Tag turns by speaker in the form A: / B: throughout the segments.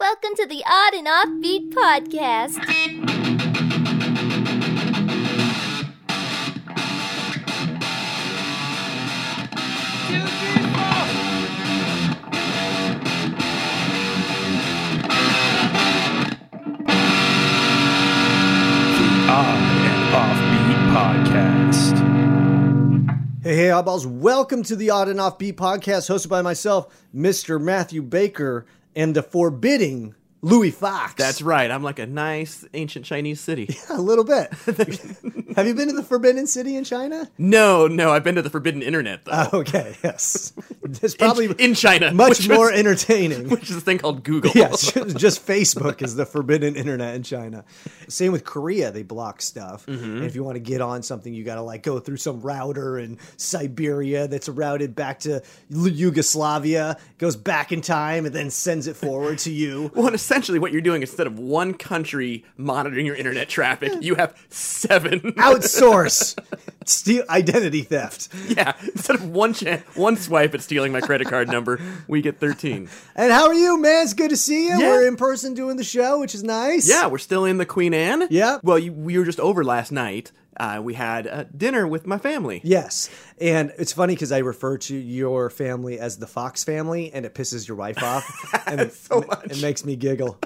A: welcome to the Odd and Offbeat podcast.
B: On and Offbeat Podcast.
C: Hey, hey, eyeballs. Welcome to the Odd and Off Beat podcast hosted by myself, Mr. Matthew Baker, and the forbidding Louis Fox.
D: That's right. I'm like a nice ancient Chinese city.
C: a little bit. Have you been to the Forbidden City in China?
D: No, no, I've been to the forbidden internet though.
C: Okay, yes. It's Uh,
D: In-
C: probably
D: in, China,
C: much
D: which
C: more
D: was,
C: entertaining.
D: which is a thing called Google.
C: Yes, just, just Facebook is the forbidden internet in China. Same with Korea, they block stuff.
D: Mm-hmm.
C: And if you want to get on something, you got to like go through some router in Siberia that's routed back to L- Yugoslavia, goes back in time, and then sends it forward to you.
D: Well, and essentially, what you're doing instead of one country monitoring your internet traffic, you have seven.
C: Outsource steal identity theft.
D: yeah, instead of one chan- one swipe at stealing my credit card number, we get thirteen.
C: And how are you, man? It's good to see you.
D: Yeah.
C: We're in person doing the show, which is nice.
D: Yeah, we're still in the Queen Anne.
C: Yeah.
D: Well, you, we were just over last night. Uh, we had uh, dinner with my family.
C: Yes. And it's funny because I refer to your family as the Fox family and it pisses your wife off. And
D: So
C: it,
D: much.
C: it makes me giggle.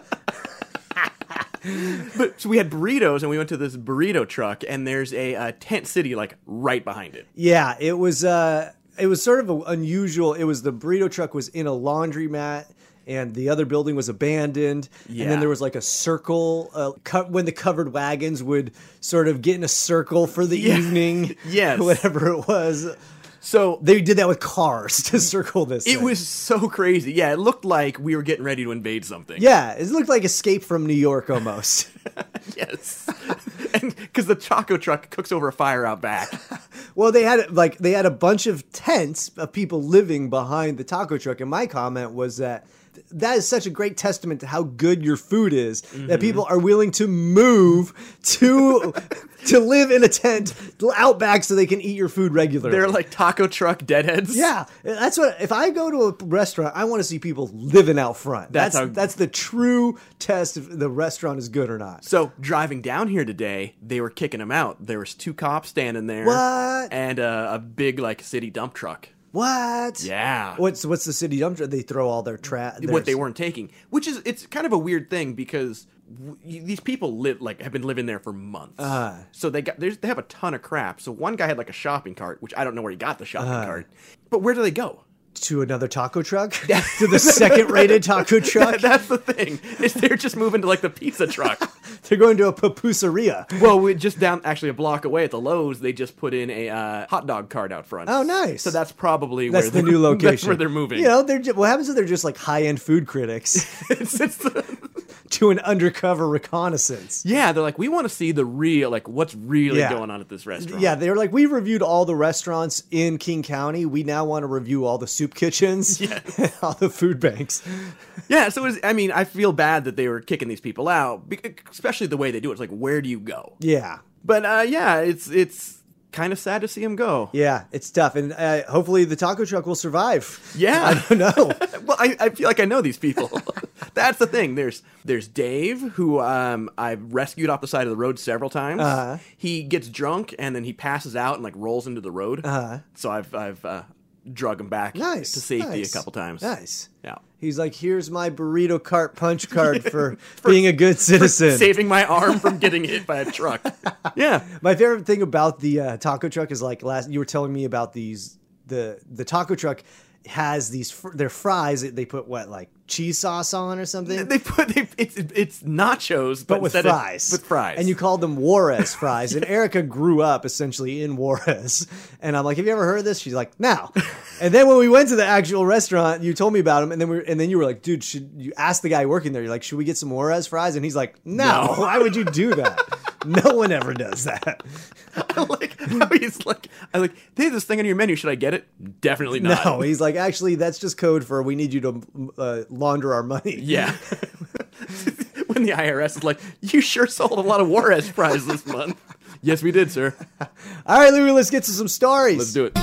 D: But so we had burritos, and we went to this burrito truck, and there's a uh, tent city like right behind it.
C: Yeah, it was uh it was sort of a- unusual. It was the burrito truck was in a laundromat and the other building was abandoned and then
D: Yeah.
C: there was like a circle uh, co- when the covered wagons would sort of get in a circle for the
D: Yeah.
C: evening
D: Yes.
C: whatever it was
D: So
C: they did that with cars to circle this
D: It
C: thing.
D: was so crazy. Yeah, it looked like we were getting ready to invade something.
C: yeah it looked like escape from new york almost
D: Yes. Because the taco truck cooks over a fire out back.
C: Well, they had like they had a bunch of tents of people living behind the taco truck, and my comment was that th- that is such a great testament to how good your food is that people
D: Mm-hmm.
C: are willing to move to to live in a tent out back so they can eat your food regularly.
D: They're like taco truck deadheads.
C: yeah, that's what. If I go to a restaurant, I want to see people living out front. That's
D: That's
C: that's,
D: how-
C: the true test if the restaurant is good or not.
D: So driving down here today, they were kicking them out. There was two cops standing there.
C: What?
D: And uh, a big like city dump truck.
C: What?
D: Yeah.
C: What's what's the city dump? They throw all their trash.
D: what they weren't taking, which is it's kind of a weird thing because w- you- these people live like have been living there for months.
C: Uh-huh.
D: Uh, so they got there's- they have a ton of crap. So one guy had like a shopping cart, which I don't know where he got the shopping
C: Uh-huh.
D: cart. But where do they go?
C: to another taco truck to the second rated taco truck
D: That's the thing. Is they're just moving to like the pizza truck.
C: they're going to a papuseria
D: well, we just down actually a block away at the Lowe's, they just put in a uh, hot dog cart out front.
C: Oh, nice.
D: So that's probably
C: that's
D: where
C: the
D: they're-
C: new location
D: That's where they're moving.
C: you know they're just, what happens if they're just like high-end food critics
D: It's- it's the-
C: to an undercover reconnaissance
D: yeah, they're like we want to see the real like what's really
C: Yeah.
D: going on at this restaurant.
C: yeah they were like we reviewed all the restaurants in king county we now want to review all the soup kitchens and all the food banks
D: Yeah, so it was, I mean, I feel bad that they were kicking these people out, bec- especially the way they do it. It's like, where do you go?
C: yeah
D: But uh, yeah, it's it's kind of sad to see them go.
C: yeah it's tough and uh, hopefully the taco truck will survive
D: Yeah.
C: i don't know
D: well, I, I feel like I know these people. That's the thing. There's there's Dave, who um, I've rescued off the side of the road several times.
C: Uh-huh.
D: He gets drunk and then he passes out and like rolls into the road.
C: Uh-huh.
D: So I've I've uh, drug him back
C: nice
D: to safety
C: nice,
D: a couple times.
C: nice
D: Yeah.
C: He's like, here's my burrito cart punch card for, being a good citizen.
D: Saving my arm from getting hit by a truck. Yeah.
C: my favorite thing about the uh, taco truck is like last you were telling me about these the the taco truck has these fr- their fries that they put what like cheese sauce on or something.
D: They put they, it's it's nachos, but,
C: but with
D: instead of-
C: fries.
D: with fries,
C: And you called them Juarez fries. And Erica grew up essentially in Juarez. And I'm like, have you ever heard of this? She's like, no. and then when we went to the actual restaurant, you told me about them. And then we and then you were like, dude, should you ask the guy working there? You're like, should we get some Juarez fries? And he's like, no.
D: No.
C: Why would you do that? no one ever does that.
D: like how he's like I like they have this thing on your menu. Should I get it? Definitely not.
C: No, he's like, actually, that's just code for we need you to uh, launder our money.
D: Yeah. when the IRS is like, you sure sold a lot of Juarez fries this month. yes, we did, sir.
C: All right, Louis, let's get to some stories.
D: Let's do it.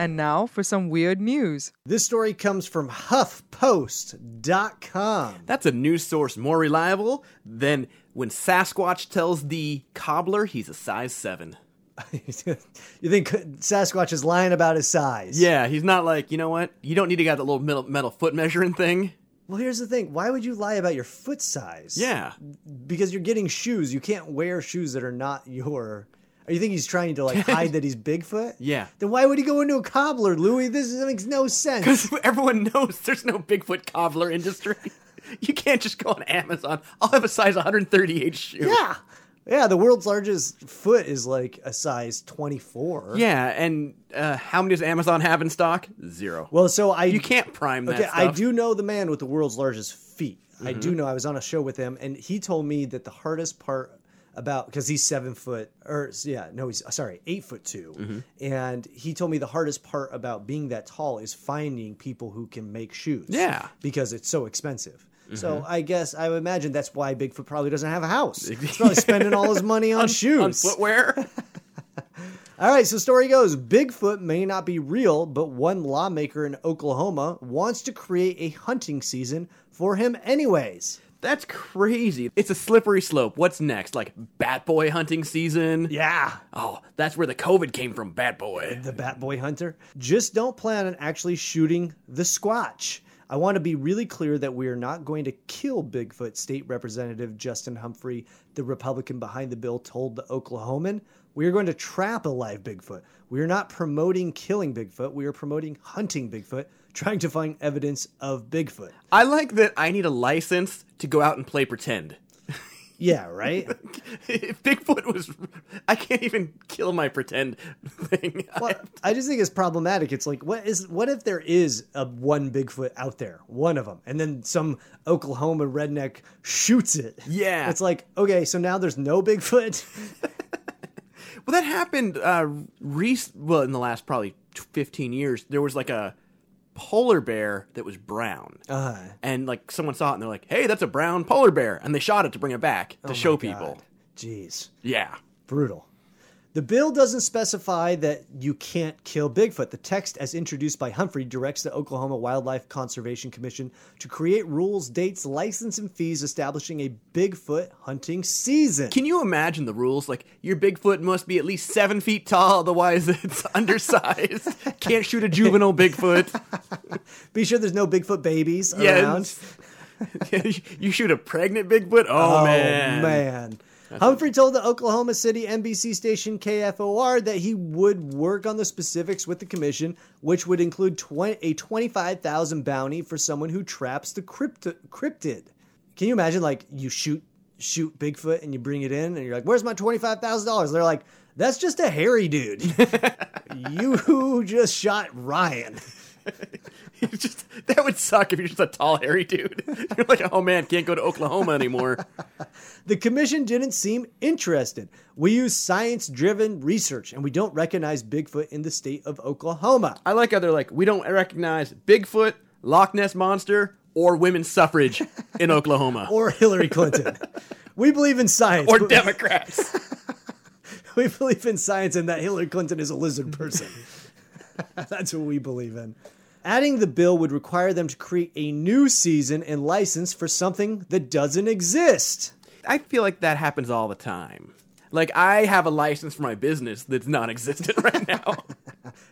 E: And now for some weird news.
C: This story comes from HuffPost.com.
D: That's a news source more reliable than when Sasquatch tells the cobbler he's a size seven.
C: you think Sasquatch is lying about his size?
D: Yeah, he's not like, you know what? You don't need to got that little metal, metal foot measuring thing.
C: Well, here's the thing. Why would you lie about your foot size?
D: Yeah.
C: Because you're getting shoes. You can't wear shoes that are not your. Or you think he's trying to like hide that he's Bigfoot?
D: Yeah.
C: Then why would he go into a cobbler, Louis? This is- makes no sense.
D: Because everyone knows there's no Bigfoot cobbler industry. You can't just go on Amazon. I'll have a size 138 shoe.
C: Yeah. Yeah, the world's largest foot is like a size 24.
D: Yeah, and uh, how many does Amazon have in stock? Zero.
C: Well, so I
D: you can't prime that
C: Okay,
D: stuff. Mm-hmm.
C: I do know the man with the world's largest feet. I do know. I was on a show with him, and he told me that the hardest part about because he's seven foot, or yeah, no, he's sorry, eight foot 2
D: Mm-hmm.
C: and he told me the hardest part about being that tall is finding people who can make shoes.
D: Yeah. Mm-hmm.
C: because it's so expensive. So I guess I would imagine that's why Bigfoot probably doesn't have a house. He's probably spending all his money on, shoes.
D: On footwear?
C: All right, so story goes Bigfoot may not be real, but one lawmaker in Oklahoma wants to create a hunting season for him, anyways.
D: That's crazy. It's a slippery slope. What's next? Like Bat Boy hunting season?
C: Yeah.
D: Oh, that's where the COVID came from, Bat Boy.
C: The Bat Boy Hunter. Just don't plan on actually shooting the Squatch. I want to be really clear that we are not going to kill Bigfoot. State Representative Justin Humphrey, the Republican behind the bill, told the Oklahoman, We are going to trap a live Bigfoot. We are not promoting killing Bigfoot. We are promoting hunting Bigfoot, trying to find evidence of Bigfoot.
D: I like that I need a license to go out and play pretend.
C: Yeah, right?
D: if Bigfoot was. I can't even kill my pretend thing.
C: Well, I just think it's problematic. It's like, what is? What if there is a one Bigfoot out there, one of them, and then some Oklahoma redneck shoots it?
D: Yeah.
C: it's like, okay, so now there's no Bigfoot.
D: Well, that happened uh, rec- well in the last probably t- 15 years. There was like a polar bear that was brown.
C: Uh-huh.
D: And like someone saw it and they're like, "Hey, that's a brown polar bear." And they shot it to bring it back
C: Oh
D: to show people.
C: Jeez,
D: Yeah.
C: brutal. The bill doesn't specify that you can't kill Bigfoot. The text, as introduced by Humphrey, directs the Oklahoma Wildlife Conservation Commission to create rules, dates, license, and fees establishing a Bigfoot hunting season.
D: Can you imagine the rules? Like your Bigfoot must be at least seven feet tall, otherwise it's undersized. Can't shoot a juvenile Bigfoot.
C: Be sure there's no Bigfoot babies around.
D: yes. you shoot a pregnant Bigfoot? Oh, man.
C: man. Humphrey told the Oklahoma City NBC station KFOR that he would work on the specifics with the commission, which would include 20, a 25,000 bounty for someone who traps the crypto, cryptid. Can you imagine like you shoot shoot Bigfoot and you bring it in and you're like, "Where's my $25,000?" They're like, "That's just a hairy dude. you just shot Ryan."
D: It's just that would suck if you're just a tall, hairy dude. You're like, oh man, can't go to Oklahoma anymore.
C: The commission didn't seem interested. We use science driven research and we don't recognize Bigfoot in the state of Oklahoma.
D: I like how they're like, we don't recognize Bigfoot, Loch Ness monster, or women's suffrage in Oklahoma, or,
C: Or Hillary Clinton. we believe in science. but
D: Democrats.
C: we believe in science and that Hillary Clinton is a lizard person. That's what we believe in. Adding the bill would require them to create a new season and license for something that doesn't exist.
D: I feel like that happens all the time. Like I have a license for my business that's non-existent right now.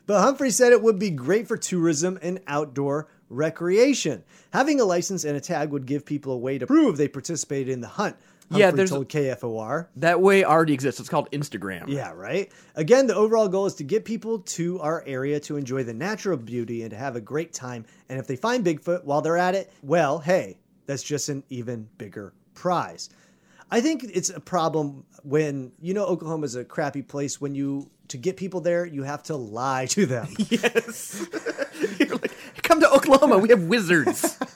C: But Humphrey said it would be great for tourism and outdoor recreation. Having a license and a tag would give people a way to prove they participated in the hunt. Humphrey
D: Yeah, there's-
C: told KFOR.
D: that way already exists. It's called Instagram.
C: Yeah, right. Again, the overall goal is to get people to our area to enjoy the natural beauty and to have a great time. And if they find Bigfoot while they're at it, well, hey, that's just an even bigger prize. I think it's a problem when you know Oklahoma's a crappy place when you to get people there, you have to lie to them.
D: Yes. You're like, come to Oklahoma. We have wizards.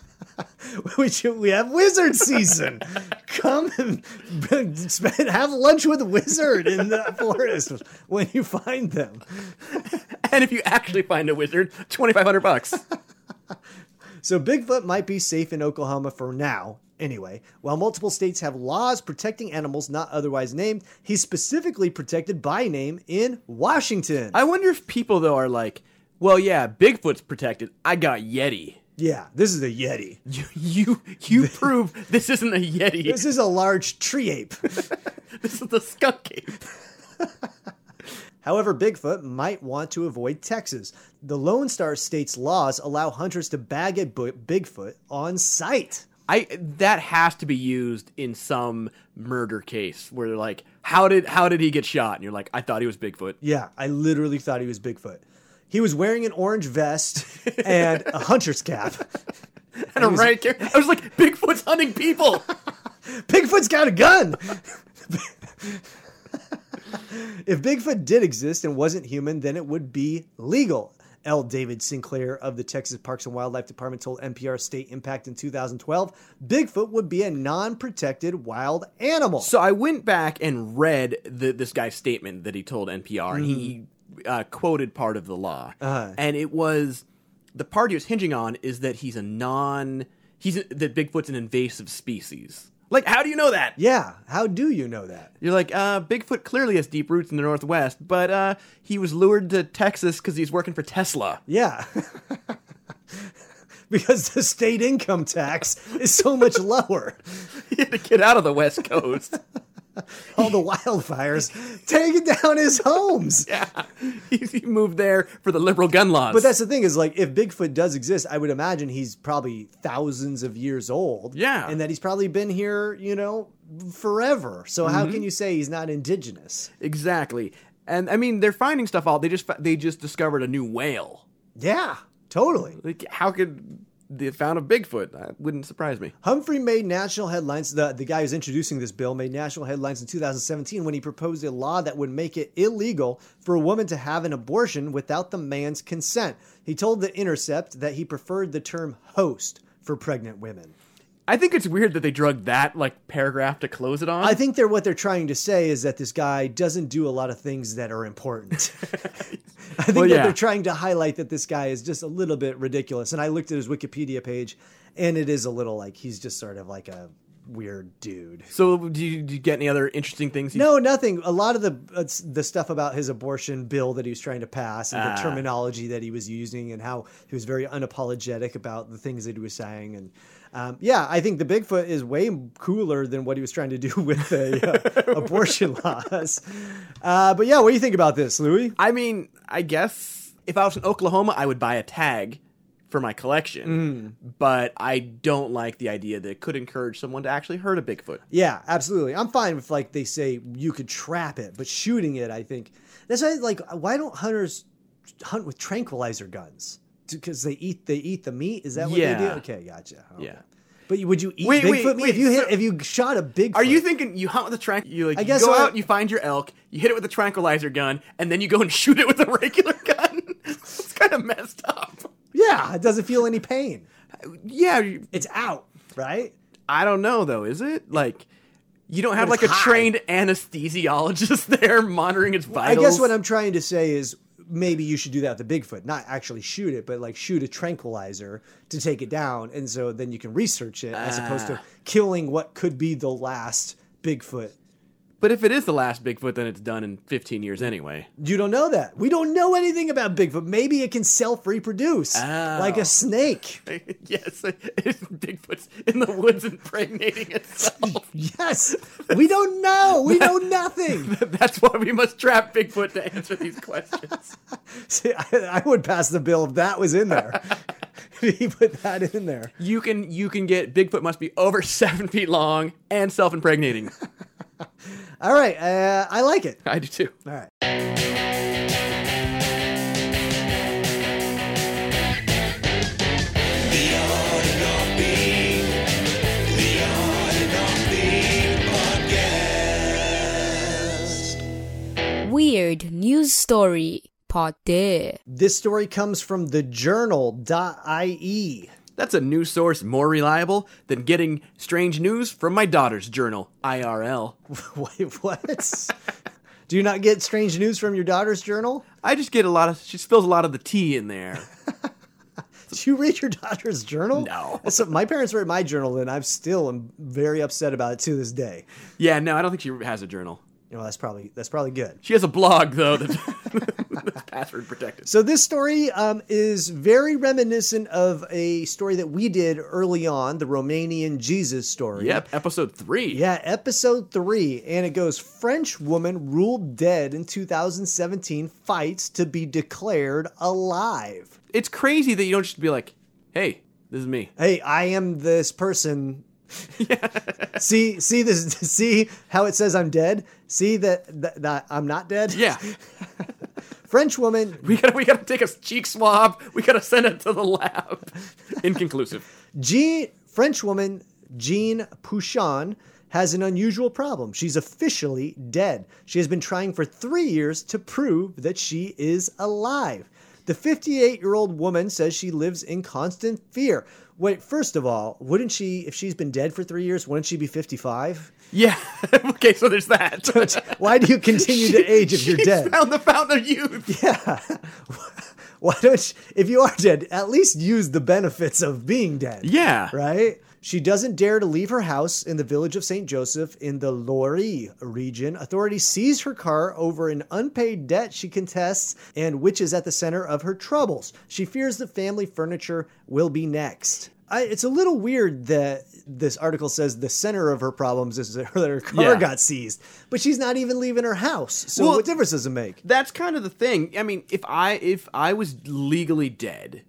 C: we should, we have wizard season. Come and spend, have lunch with wizard in the forest when you find them.
D: and if you actually find a wizard, twenty five hundred bucks.
C: So Bigfoot might be safe in Oklahoma for now. Anyway, while multiple states have laws protecting animals not otherwise named, he's specifically protected by name in Washington.
D: I wonder if people though are like, Well, yeah, Bigfoot's protected. I got Yeti.
C: Yeah, this is a Yeti.
D: You you, you prove this isn't a Yeti.
C: This is a large tree ape.
D: This is the skunk ape.
C: However, Bigfoot might want to avoid Texas. The Lone Star State's laws allow hunters to bag a bu- Bigfoot on site.
D: I that has to be used in some murder case where they're like, how did how did he get shot? And you're like, I thought he was Bigfoot.
C: Yeah, I literally thought he was Bigfoot. He was wearing an orange vest and a hunter's cap.
D: And I'm right here. I was like, Bigfoot's hunting people.
C: Bigfoot's got a gun. if Bigfoot did exist and wasn't human, then it would be legal. L. David Sinclair of the Texas Parks and Wildlife Department told NPR State Impact in 2012 Bigfoot would be a non protected wild animal.
D: So I went back and read the, this guy's statement that he told NPR, and he uh, quoted part of the law,
C: Uh-huh.
D: and it was the part he was hinging on is that he's a non he's a, that Bigfoot's an invasive species. Like, how do you know that?
C: yeah, how do you know that?
D: You're like, uh, Bigfoot clearly has deep roots in the Northwest, but uh, he was lured to Texas because he's working for Tesla.
C: Yeah. because the state income tax is so much lower.
D: he had to get out of the West Coast.
C: All the wildfires taking down his homes.
D: yeah, he, he moved there for the liberal gun laws.
C: But that's the thing is like if Bigfoot does exist, I would imagine he's probably thousands of years old.
D: Yeah.
C: And that he's probably been here, you know, forever. So how can you say he's not indigenous?
D: Exactly. And I mean, they're finding stuff out. They just fi- they just discovered a new whale.
C: Yeah, totally.
D: Like, how could they found a Bigfoot? That wouldn't surprise me.
C: Humphrey made national headlines. The, the guy who's introducing this bill made national headlines in 2017 when he proposed a law that would make it illegal for a woman to have an abortion without the man's consent. He told The Intercept that he preferred the term host for pregnant women.
D: I think it's weird that they drugged that like paragraph to close it on.
C: I think they're what they're trying to say is that this guy doesn't do a lot of things that are important. I think
D: Well,
C: that
D: yeah.
C: they're trying to highlight that this guy is just a little bit ridiculous. And I looked at his Wikipedia page, and it is a little like he's just sort of like a weird dude.
D: so, do you, do you get any other interesting things? you-
C: No, nothing. A lot of the uh, s- the stuff about his abortion bill that he was trying to pass and the
D: Ah.
C: terminology that he was using and how he was very unapologetic about the things that he was saying and um, yeah, I think the Bigfoot is way cooler than what he was trying to do with the uh, abortion laws. Uh, but yeah, what do you think about this, Louis?
D: I mean, I guess if I was in Oklahoma, I would buy a tag for my collection. But I don't like the idea that it could encourage someone to actually hurt a Bigfoot.
C: Yeah, absolutely. I'm fine with like they say you could trap it, but shooting it, I think that's why like why don't hunters hunt with tranquilizer guns? Because they eat they eat the meat. Is that what they do?
D: Yeah.
C: Okay, gotcha. Oh, Okay.
D: Yeah.
C: But you- would you eat
D: Wait,
C: Bigfoot
D: wait,
C: meat?
D: wait,
C: if you hit
D: so-
C: if you shot a Bigfoot,
D: Are you thinking you hunt with a trank? You like
C: I
D: you
C: guess
D: go
C: I-
D: out and you find your elk, you hit it with a tranquilizer gun, and then you go and shoot it with a regular gun. it's kind of messed up.
C: Yeah, it doesn't feel any pain.
D: Yeah, you-
C: It's out, right?
D: I don't know though. Is it like you don't have
C: But
D: like
C: it's
D: a
C: high.
D: trained anesthesiologist there monitoring its vitals?
C: I guess what I'm trying to say is maybe you should do that with the Bigfoot, not actually shoot it, but like shoot a tranquilizer to take it down, and so then you can research it as opposed to killing what could be the last Bigfoot.
D: But if it is the last Bigfoot, then it's done in 15 years anyway.
C: You don't know that. We don't know anything about Bigfoot. Maybe it can self reproduce like a snake.
D: yes, Bigfoot's in the woods impregnating itself.
C: Yes, we don't know. We know nothing.
D: That's why we must trap Bigfoot to answer these questions.
C: See, I, I would pass the bill if that was in there. he put that in there.
D: You can you can get Bigfoot must be over seven feet long and self impregnating.
C: All right, uh, I like it.
D: I do too.
C: All right.
F: Weird news story part there.
C: This story comes from the journal.ie.
D: That's a news source more reliable than getting strange news from my daughter's journal, IRL.
C: Wait, what? Do you not get strange news from your daughter's journal?
D: I just get a lot of she spills a lot of the tea in there.
C: Do you read your daughter's journal?
D: No.
C: That's what- my parents read my journal, and I'm still am very upset about it to this day.
D: Yeah, no, I don't think she has a journal.
C: You know, that's probably that's probably good.
D: She has a blog though. That password protected.
C: So this story um, is very reminiscent of a story that we did early on, the Romanian Jesus story.
D: Yep, episode three.
C: Yeah, episode three, and it goes French woman ruled dead in 2017 fights to be declared alive.
D: It's crazy that you don't just be like, hey, this is me.
C: Hey, I am this person. see, see this. See how it says I'm dead. See that, that, that I'm not dead.
D: Yeah,
C: French woman
D: we gotta we gotta take a cheek swab. We gotta send it to the lab. Inconclusive.
C: Jean, French woman Jean Pouchon has an unusual problem. She's officially dead. She has been trying for three years to prove that she is alive. The 58 year old woman says she lives in constant fear. Wait, first of all, wouldn't she, if she's been dead for three years, wouldn't she be 55?
D: Yeah. okay, so there's that.
C: Why do you continue to age if you're
D: She's
C: dead?
D: Found the fountain of youth.
C: Why don't, she, if you are dead, at least use the benefits of being dead?
D: Yeah.
C: right? She doesn't dare to leave her house in the village of St. Joseph in the Lori region. Authorities seize her car over an unpaid debt she contests and which is at the center of her troubles. She fears the family furniture will be next. I, it's a little weird that this article says the center of her problems is that her, car
D: Yeah.
C: got seized, but she's not even leaving her house. So
D: Well-
C: what difference does it make?
D: That's kind of the thing. I mean, if I if I was legally dead,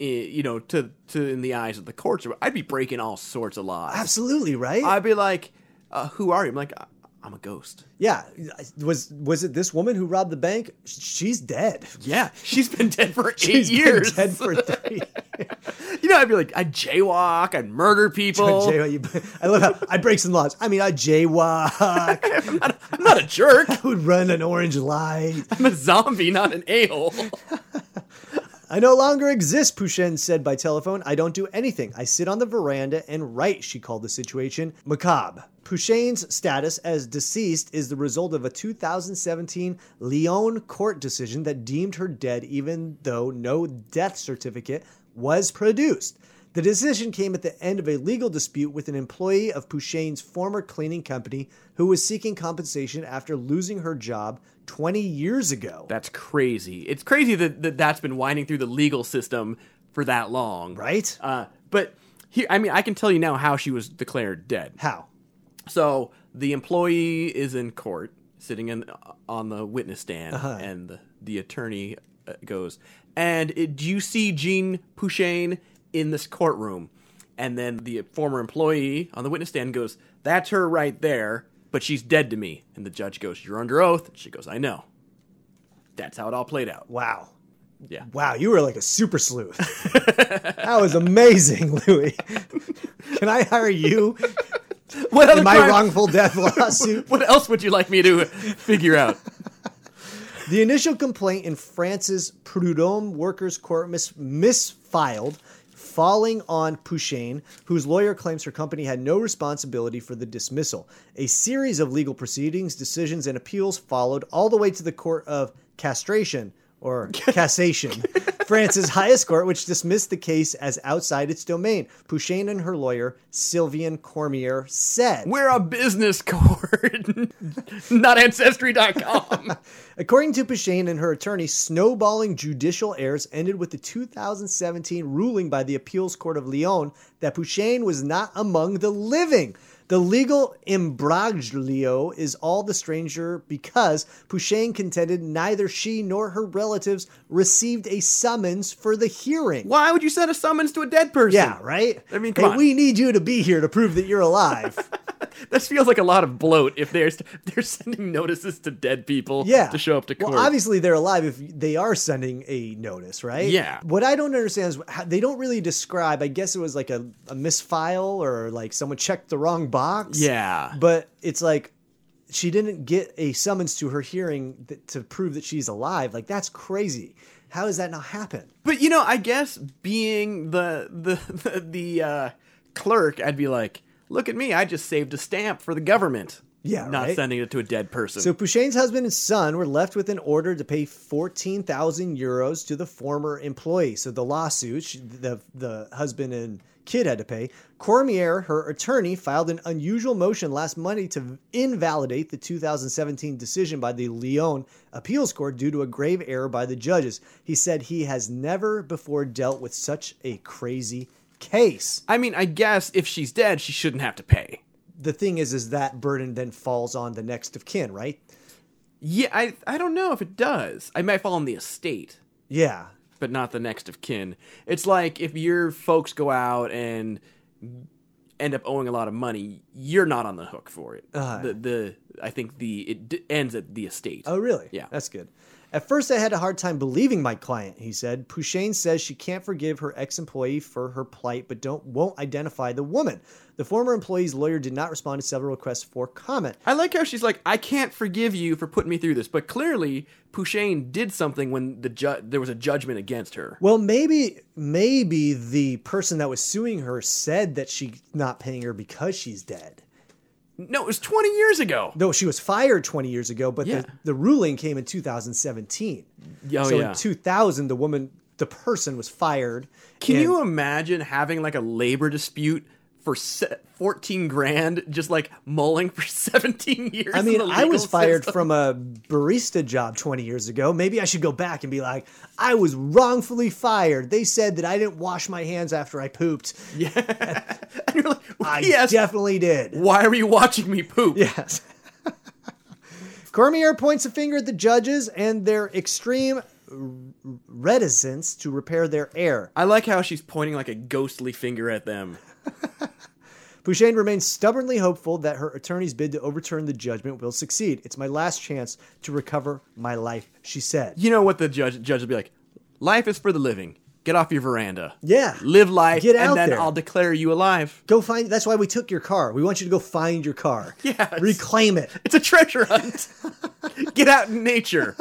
D: i- you know, to to in the eyes of the courts, I'd be breaking all sorts of laws.
C: Absolutely, right?
D: I'd be like, uh, "Who are you?" I'm like, "I- "I'm a ghost."
C: yeah. Was was it this woman who robbed the bank? Sh- She's dead.
D: Yeah, she's been dead for eight
C: She's been
D: years.
C: dead for three.
D: you know, I'd be like, I jaywalk, I'd murder people.
C: Jaywalk, you- I love how I break some laws. I mean, uh, I jaywalk.
D: I'm not a jerk.
C: I would run an orange light.
D: I'm a zombie, not an a hole.
C: I no longer exist, Pouchen said by telephone. I don't do anything. I sit on the veranda and write, she called the situation macabre. Pouchen's status as deceased is the result of a 2017 Lyon court decision that deemed her dead, even though no death certificate was produced. The decision came at the end of a legal dispute with an employee of Pouchen's former cleaning company who was seeking compensation after losing her job 20 years ago.
D: That's crazy. It's crazy that, that that's been winding through the legal system for that long.
C: Right?
D: Uh, but here, I mean, I can tell you now how she was declared dead.
C: How?
D: So the employee is in court, sitting in uh, on the witness stand, and the, the attorney uh, goes, "And uh, do you see Jean Pouchane in this courtroom?" And then the former employee on the witness stand goes, "That's her right there, but she's dead to me." And the judge goes, "You're under oath." And she goes, "I know." That's how it all played out.
C: Wow.
D: Yeah.
C: Wow, you were like a super sleuth. that was amazing, Louis. Can I hire you
D: What other
C: in my
D: crime-
C: wrongful death lawsuit?
D: What else would you like me to figure out?
C: The initial complaint in France's Prud'homme Workers Court mis- misfiled, falling on Pouchane, whose lawyer claims her company had no responsibility for the dismissal. A series of legal proceedings, decisions, and appeals followed, all the way to the court of castration or cassation. France's highest court, which dismissed the case as outside its domain. Pouchane and her lawyer, Sylvian Cormier, said.
D: We're a business court, not ancestry.com.
C: According to Pashane and her attorney, snowballing judicial errors ended with the 2017 ruling by the Appeals Court of Lyon that Pashane was not among the living. The legal imbroglio is all the stranger because Pouchane contended neither she nor her relatives received a summons for the hearing.
D: Why would you send a summons to a dead person?
C: Yeah, right?
D: I mean,
C: hey,
D: come on.
C: we need you to be here to prove that you're alive.
D: This feels like a lot of bloat if they're st- they're sending notices to dead people
C: yeah.
D: to show up to court.
C: Well, obviously they're alive if they are sending a notice, right?
D: Yeah.
C: What I don't understand is how, they don't really describe. I guess it was like a, a misfile or like someone checked the wrong box.
D: Yeah.
C: But it's like she didn't get a summons to her hearing that, to prove that she's alive. Like that's crazy. How does that not happen?
D: But you know, I guess being the the the, the uh, clerk, I'd be like, "Look at me, I just saved a stamp for the government."
C: Yeah,
D: not
C: right?
D: sending it to a dead person.
C: So Pouchain's husband and son were left with an order to pay 14,000 euros to the former employee. So the lawsuit, she- the the husband and kid had to pay. Cormier, her attorney, filed an unusual motion last Monday to invalidate the 2017 decision by the Lyon appeals court due to a grave error by the judges. He said he has never before dealt with such a crazy case.
D: I mean, I guess if she's dead, she shouldn't have to pay.
C: The thing is is that burden then falls on the next of kin, right?
D: Yeah, I I don't know if it does. I might fall on the estate,
C: Yeah.
D: but not the next of kin. It's like if your folks go out and end up owing a lot of money, you're not on the hook for it. The the I think the it d- ends at the estate.
C: Uh. Oh, really?
D: Yeah.
C: That's good. At first, I had a hard time believing my client, he said. Pouchain says she can't forgive her ex employee for her plight, but don't, won't identify the woman. The former employee's lawyer did not respond to several requests for comment.
D: I like how she's like, I can't forgive you for putting me through this, but clearly Pouchain did something when the ju- there was a judgment against her.
C: Well, maybe maybe the person that was suing her said that she's not paying her because she's dead.
D: No, it was 20 years ago.
C: No, she was fired 20 years ago, but
D: Yeah.
C: the, the ruling came in 2017.
D: Oh,
C: so
D: yeah.
C: in 2000, the woman, the person was fired.
D: Can
C: and-
D: you imagine having like a labor dispute for se- 14 grand, just like mulling for 17 years?
C: I
D: in
C: mean,
D: the
C: I was
D: legal
C: fired
D: system?
C: from a barista job 20 years ago. Maybe I should go back and be like, I was wrongfully fired. They said that I didn't wash my hands after I pooped.
D: And you're like,
C: I
D: yes,
C: definitely did.
D: why are you watching me poop?
C: Yes. Cormier points a finger at the judges and their extreme r- reticence to repair their error.
D: I like how she's pointing like a ghostly finger at them.
C: Pouchain remains stubbornly hopeful that her attorney's bid to overturn the judgment will succeed. It's my last chance to recover my life, she said.
D: You know what the judge judge would be like? Life is for the living. Get off your veranda.
C: Yeah.
D: Live life,
C: Get out
D: and then
C: there.
D: I'll declare you alive.
C: Go find. That's why we took your car. We want you to go find your car.
D: Yes.
C: Reclaim it.
D: It's a treasure hunt. Get out in nature.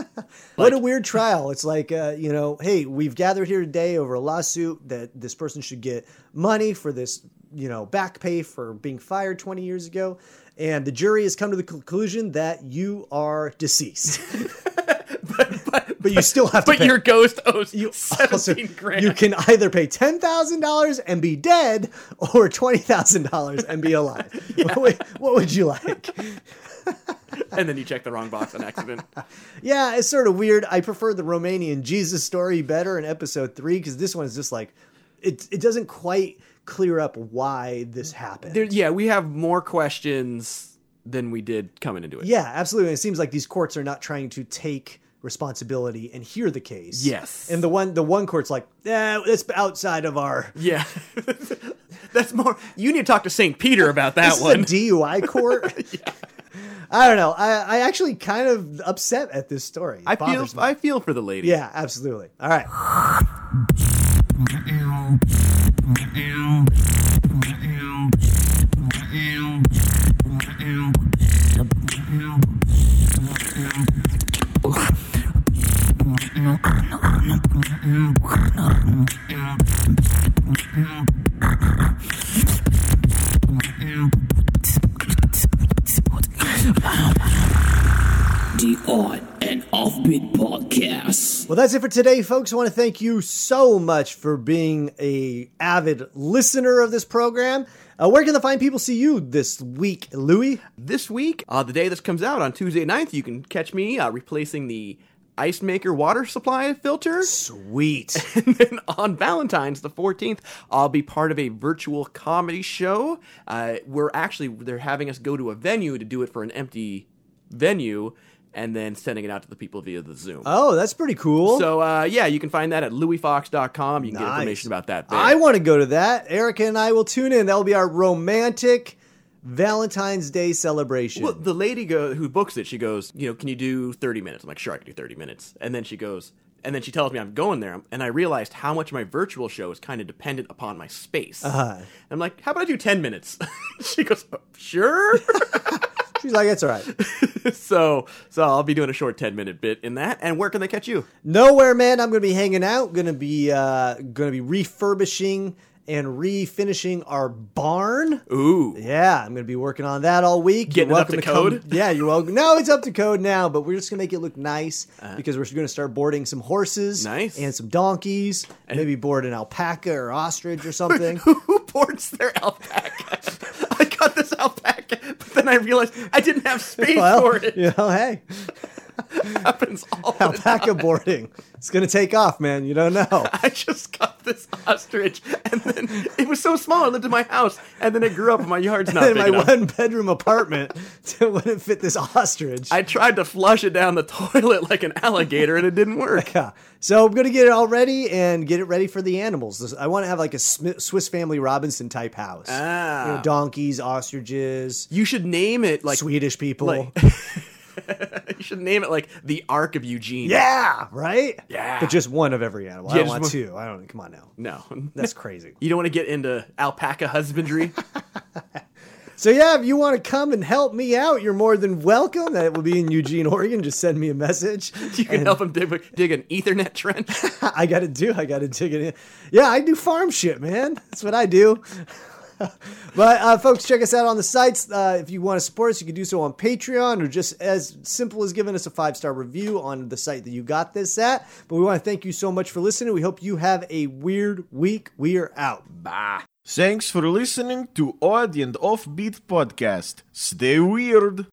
C: what a weird trial. It's like, uh, you know, hey, we've gathered here today over a lawsuit that this person should get money for this, you know, back pay for being fired 20 years ago. And the jury has come to the conclusion that you are deceased.
D: But,
C: But you still have to
D: But
C: pay.
D: your ghost owes
C: You
D: you
C: also-
D: 17 grand.
C: You can either pay ten thousand dollars and be dead, or twenty thousand dollars and be alive. what, would, what would you like?
D: and then you check the wrong box on accident.
C: Yeah, it's sort of weird. I prefer the Romanian Jesus story better in episode three because this one is just like it. It doesn't quite clear up why this happened.
D: There- yeah, we have more questions than we did coming into it.
C: yeah, absolutely. And it seems like these courts are not trying to take responsibility and hear the case.
D: Yes.
C: And the one the one court's like, eh, that's outside of our.
D: Yeah. That's more. You need to talk to St. Peter about that
C: This
D: one.
C: is a DUI court. I don't know. I, I actually kind of upset at this story. It
D: I feel,
C: bothers me.
D: I feel for the lady.
C: yeah, absolutely. All right.
G: The On and Offbeat Podcast.
C: Well, that's it for today, folks. I want to thank you so much for being a avid listener of this program. Uh, where can the fine people see you this week, Louis?
D: This week, uh, the day this comes out on Tuesday 9th, you can catch me uh, replacing the ice maker water supply filter.
C: Sweet.
D: And then on Valentine's the 14th, I'll be part of a virtual comedy show. Uh, we're actually they're having us go to a venue to do it for an empty venue, and then sending it out to the people via the Zoom.
C: Oh, that's pretty cool.
D: so uh, yeah, you can find that at louisfox.com. You can get
C: Nice.
D: information about that. There.
C: I want to go to that. Erica and I will tune in. That will be our romantic Valentine's Day celebration.
D: well, the lady go, who books it, she goes, you know, can you do 30 minutes? I'm like, sure, I can do 30 minutes. And then she goes, and then she tells me I'm going there. And I realized how much my virtual show is kind of dependent upon my space. Uh-huh. I'm like, how about I do 10 minutes? she goes, "Oh, sure.
C: She's like, it's all right.
D: so, so I'll be doing a short 10 minute bit in that. And where can they catch you?
C: Nowhere, man. I'm gonna be hanging out. Gonna be uh, gonna be refurbishing and refinishing our barn.
D: Ooh.
C: Yeah, I'm going to be working on that all week.
D: Getting
C: You're
D: it up
C: welcome
D: to
C: come-
D: code?
C: yeah, you're welcome. No, it's up to code now, but we're just going to make it look nice because we're going to start boarding some horses
D: Uh-huh. Nice.
C: and some donkeys, maybe board an alpaca or ostrich or something.
D: Who boards their alpaca? I got this alpaca, but then I realized I didn't have space for
C: well,
D: it.
C: you know, hey,
D: It happens all the time.
C: alpaca boarding. It's going to take off, man. You don't know.
D: I just got this ostrich, and then it was so small. I lived in my house, and then it grew up. and My yard's not
C: In
D: big
C: my
D: enough.
C: one bedroom apartment, it wouldn't fit this ostrich.
D: I tried to flush it down the toilet like an alligator, and it didn't work.
C: Yeah. So I'm going to get it all ready and get it ready for the animals. This- I want to have like a Smi- Swiss Family Robinson type house.
D: Ah.
C: You know, donkeys, ostriches,
D: You should name it like
C: Swedish people.
D: like- you should name it like the Ark of Eugene.
C: yeah, right?
D: Yeah.
C: But just one of every animal. I
D: Yeah,
C: don't
D: just
C: want two.
D: one-
C: I don't, come on now.
D: No,
C: That's crazy.
D: you don't want to get into alpaca husbandry.
C: So yeah, if you want to come and help me out, you're more than welcome. That will be in Eugene, Oregon. Just send me a message.
D: You can help him dig, dig an Ethernet trench.
C: I got to do. I got to dig it in. Yeah, I do farm shit, man. That's what I do. but uh, folks, check us out on the sites. Uh, if you want to support us, you can do so on Patreon or just as simple as giving us a five star review on the site that you got this at. But we want to thank you so much for listening. We hope you have a weird week. We are out.
H: Thanks for listening to Odd and Offbeat Podcast. Stay weird.